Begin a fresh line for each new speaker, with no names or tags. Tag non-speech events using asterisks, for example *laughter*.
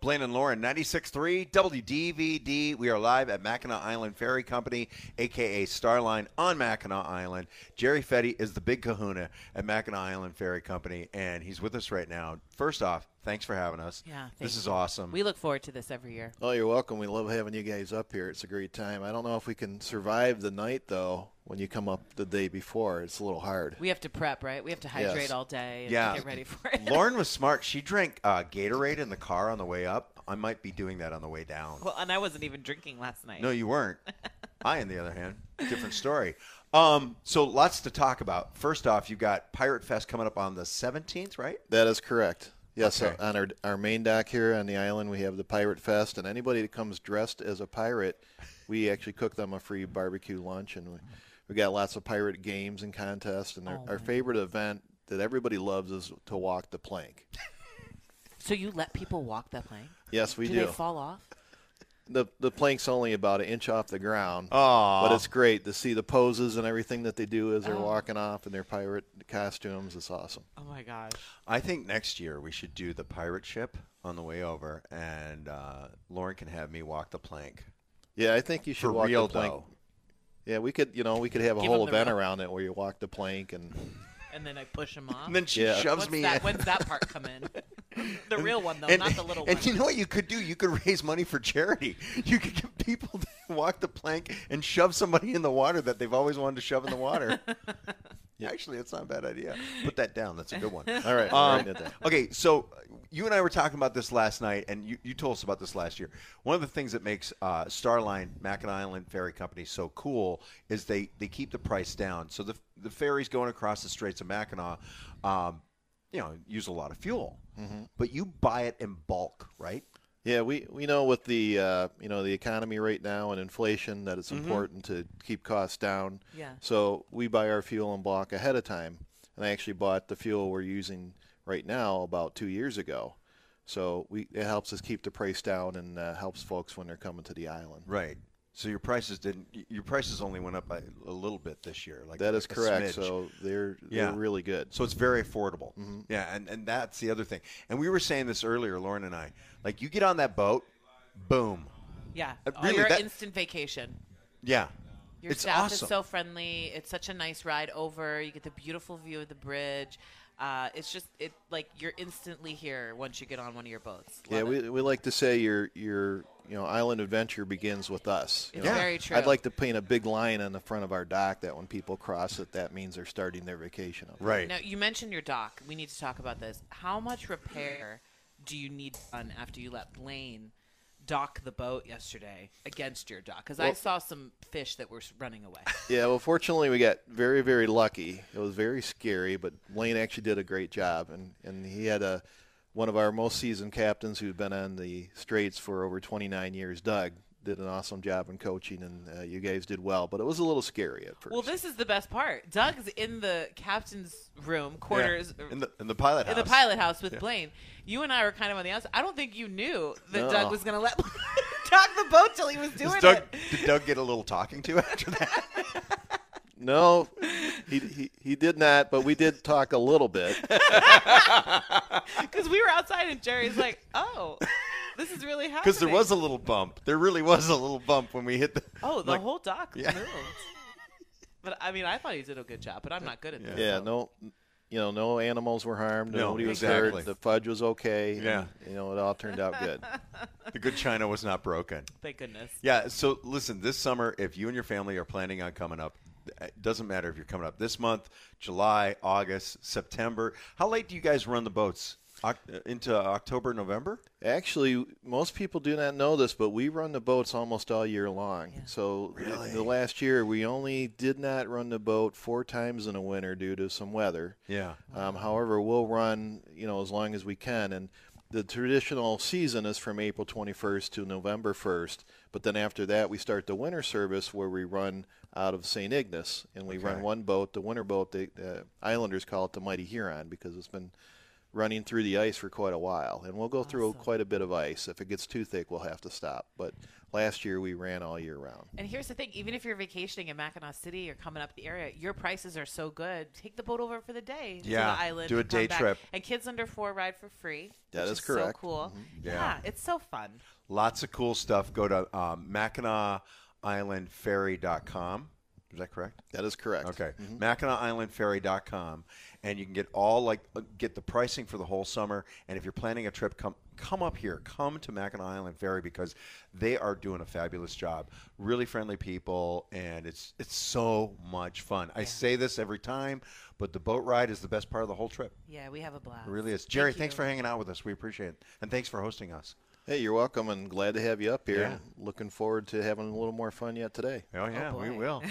Blaine and Lauren, 96.3 WDVD. We are live at Mackinac Island Ferry Company, a.k.a. Starline on Mackinac Island. Jerry Fetty is the big kahuna at Mackinac Island Ferry Company, and he's with us right now. First off, thanks for having us.
Yeah, thank
This is
you.
awesome.
We look forward to this every year.
Oh, you're welcome. We love having you guys up here. It's a great time. I don't know if we can survive the night though. When you come up the day before, it's a little hard.
We have to prep, right? We have to hydrate all day and
Yeah.
get ready for it.
*laughs* Lauren was smart. She drank uh, Gatorade in the car on the way up. I might be doing that on the way down.
*laughs* well, and I wasn't even drinking last night.
No, you
*laughs*
weren't. I, on the other hand, different story. Um, so lots to talk about. First off, you've got Pirate Fest coming up on the 17th, right?
That is correct. Yes,
Okay.
on our our main dock here on the island, we have the Pirate Fest, and anybody that comes dressed as a pirate, we actually cook them a free barbecue lunch, and we we got lots of pirate games and contests. And our,
Oh,
our favorite event that everybody loves is to walk the plank.
So you let people walk that plane?
Yes, we
do
do.
they fall off?
the the plank's only about an inch off the ground.
Aw.
But it's great to see the poses and everything that they do as they're
Oh.
walking off in their pirate costumes. It's awesome.
Oh my gosh.
I think next year we should do the pirate ship on the way over, and uh, Lauren can have me walk the plank.
Yeah, I think you should
For
walk
real,
the plank.
though.
Yeah, we could, you know, we could have a
Give
whole
them the
event
rope.
around it where you walk the plank and
And then I push them
*laughs*
off.
And then she
Yeah.
shoves
What's
me
that,
in.
when's that part come
*laughs*
in? the real one, though,
and,
not the little
and
one.
you know what you could do? You could raise money for charity. You could get people to *laughs* walk the plank and shove somebody in the water that they've always wanted to shove in the
*laughs*
water. Actually, that's not a bad idea. Put that down. That's a good one.
all
Um,
right. *laughs* all right, I did that.
okay, so uh, you and I were talking about this last night, and you, you told us about this last year. One of the things that makes uh, Starline Mackinac Island Ferry Company so cool is they, they keep the price down. So the the ferries going across the Straits of Mackinac, um, you know, use a lot of fuel,
Mm-hmm.
but you buy it in bulk, right?
Yeah, we, we know with the uh, you know the economy right now and inflation that it's important to keep costs down.
Mm-hmm. Yeah.
So we buy our fuel in block ahead of time, and I actually bought the fuel we're using right now about two years ago. So we it helps us keep the price down and uh, helps folks when they're coming to the island.
Right. So your prices didn't. Your prices only went up by a little bit this year. Like
That is
a
correct.
smidge.
So they're
Yeah.
they're really good.
So it's very affordable. Yeah, and, and that's the other thing. And we were saying this earlier, Lauren and I. Like, you get on that boat, boom.
yeah.
Uh,
Oh,
really,
your
that-
instant vacation.
Yeah.
Your
it's
staff
awesome.
is so friendly. It's such a nice ride over. You get the beautiful view of the bridge. Uh, it's just it like you're instantly here once you get on one of your boats.
Yeah,
Love it.
we, we like to say your your you know island adventure begins with us. you
It's
know.
very true.
I'd like to paint a big line on the front of our dock that when people cross it, that means they're starting their vacation. up there.
right.
Now you mentioned your dock. We need to talk about this. How much repair do you need done after you let Blaine dock the boat yesterday against your dock? Because I
Well-
saw some fish that were s- running away.
Yeah. Well, fortunately, we got very very lucky. It was very scary, but Lane actually did a great job, and and he had a one of our most seasoned captains who'd been on the Straits for over 29 years, Doug. Did an awesome job in coaching, and uh, you guys did well. But it was a little scary at first.
well, this is the best part. Doug's in the captain's room,
Yeah.
quarters, or-
In, the, in the pilot house.
in the pilot house with Blaine. You and I were kind of on the outside. I don't think you knew that
No.
Doug was going to let *laughs* dock the boat till he was
Does
doing
Doug,
it.
did Doug get a little talking to after that?
*laughs*
No, he, he he did not. But we did talk a
*laughs*
little bit.
Because we were outside and Jerry's like, oh, this is
*laughs*
really happening.
Because there was a little bump. There really was a little bump when we hit the.
Oh, the
like-
whole dock
Yeah. *laughs*
moved. But I mean, I thought he did a good job, but I'm not good at this.
Yeah,
so.
no, you know, no animals were harmed.
No,
nobody was
exactly.
hurt. The fudge was okay. and,
Yeah.
you know, it all turned out good.
The good china was not broken.
Thank goodness.
Yeah. So listen, this summer, if you and your family are planning on coming up, eh, it doesn't matter if you're coming up this month, July, August, September. How late do you guys run the boats? Oc- eh, into October, November?
Actually, most people do not know this, but we run the boats almost all year long. So th-
Really?
the last year, we only did not run the boat four times in the winter due to some weather.
Yeah.
Um, however, we'll run you know as long as we can, and the traditional season is from April 21st to November 1st. But then after that, we start the winter service where we run out of St. Ignace, and we
Okay.
run one boat, the winter boat. The uh, Islanders call it the Mighty Huron because it's been running through the ice for quite a while. And we'll go through
Awesome.
quite a bit of ice. If it gets too thick, we'll have to stop. But last year we ran all year round.
And here's the thing: even if you're vacationing in Mackinac City or coming up the area, your prices are so good. Take the boat over for the day to
Yeah,
the island.
do a
and come
day
back.
trip.
And kids under four ride for free.
That
which
is
so
correct.
cool. Yeah.
Mm-hmm. Yeah.
it's so fun.
Lots of cool stuff. Go to um, Mackinac Island Ferry.com. Is that correct?
That is correct.
Okay.
Mm-hmm.
Mackinac Island Ferry.com. And you can get all like uh, get the pricing for the whole summer. And if you're planning a trip, come come up here. Come to Mackinac Island Ferry because they are doing a fabulous job. Really friendly people and it's it's so much fun. I say this every time, but the boat ride is the best part of the whole trip.
Yeah, we have a blast.
It really is. Jerry,
Thank
thanks
you.
for hanging out with us. We appreciate it. And thanks for hosting us.
Hey, you're welcome and glad to have you up here.
Yeah.
Looking forward to having a little more fun yet today.
Oh yeah, we
boy. *laughs*
will.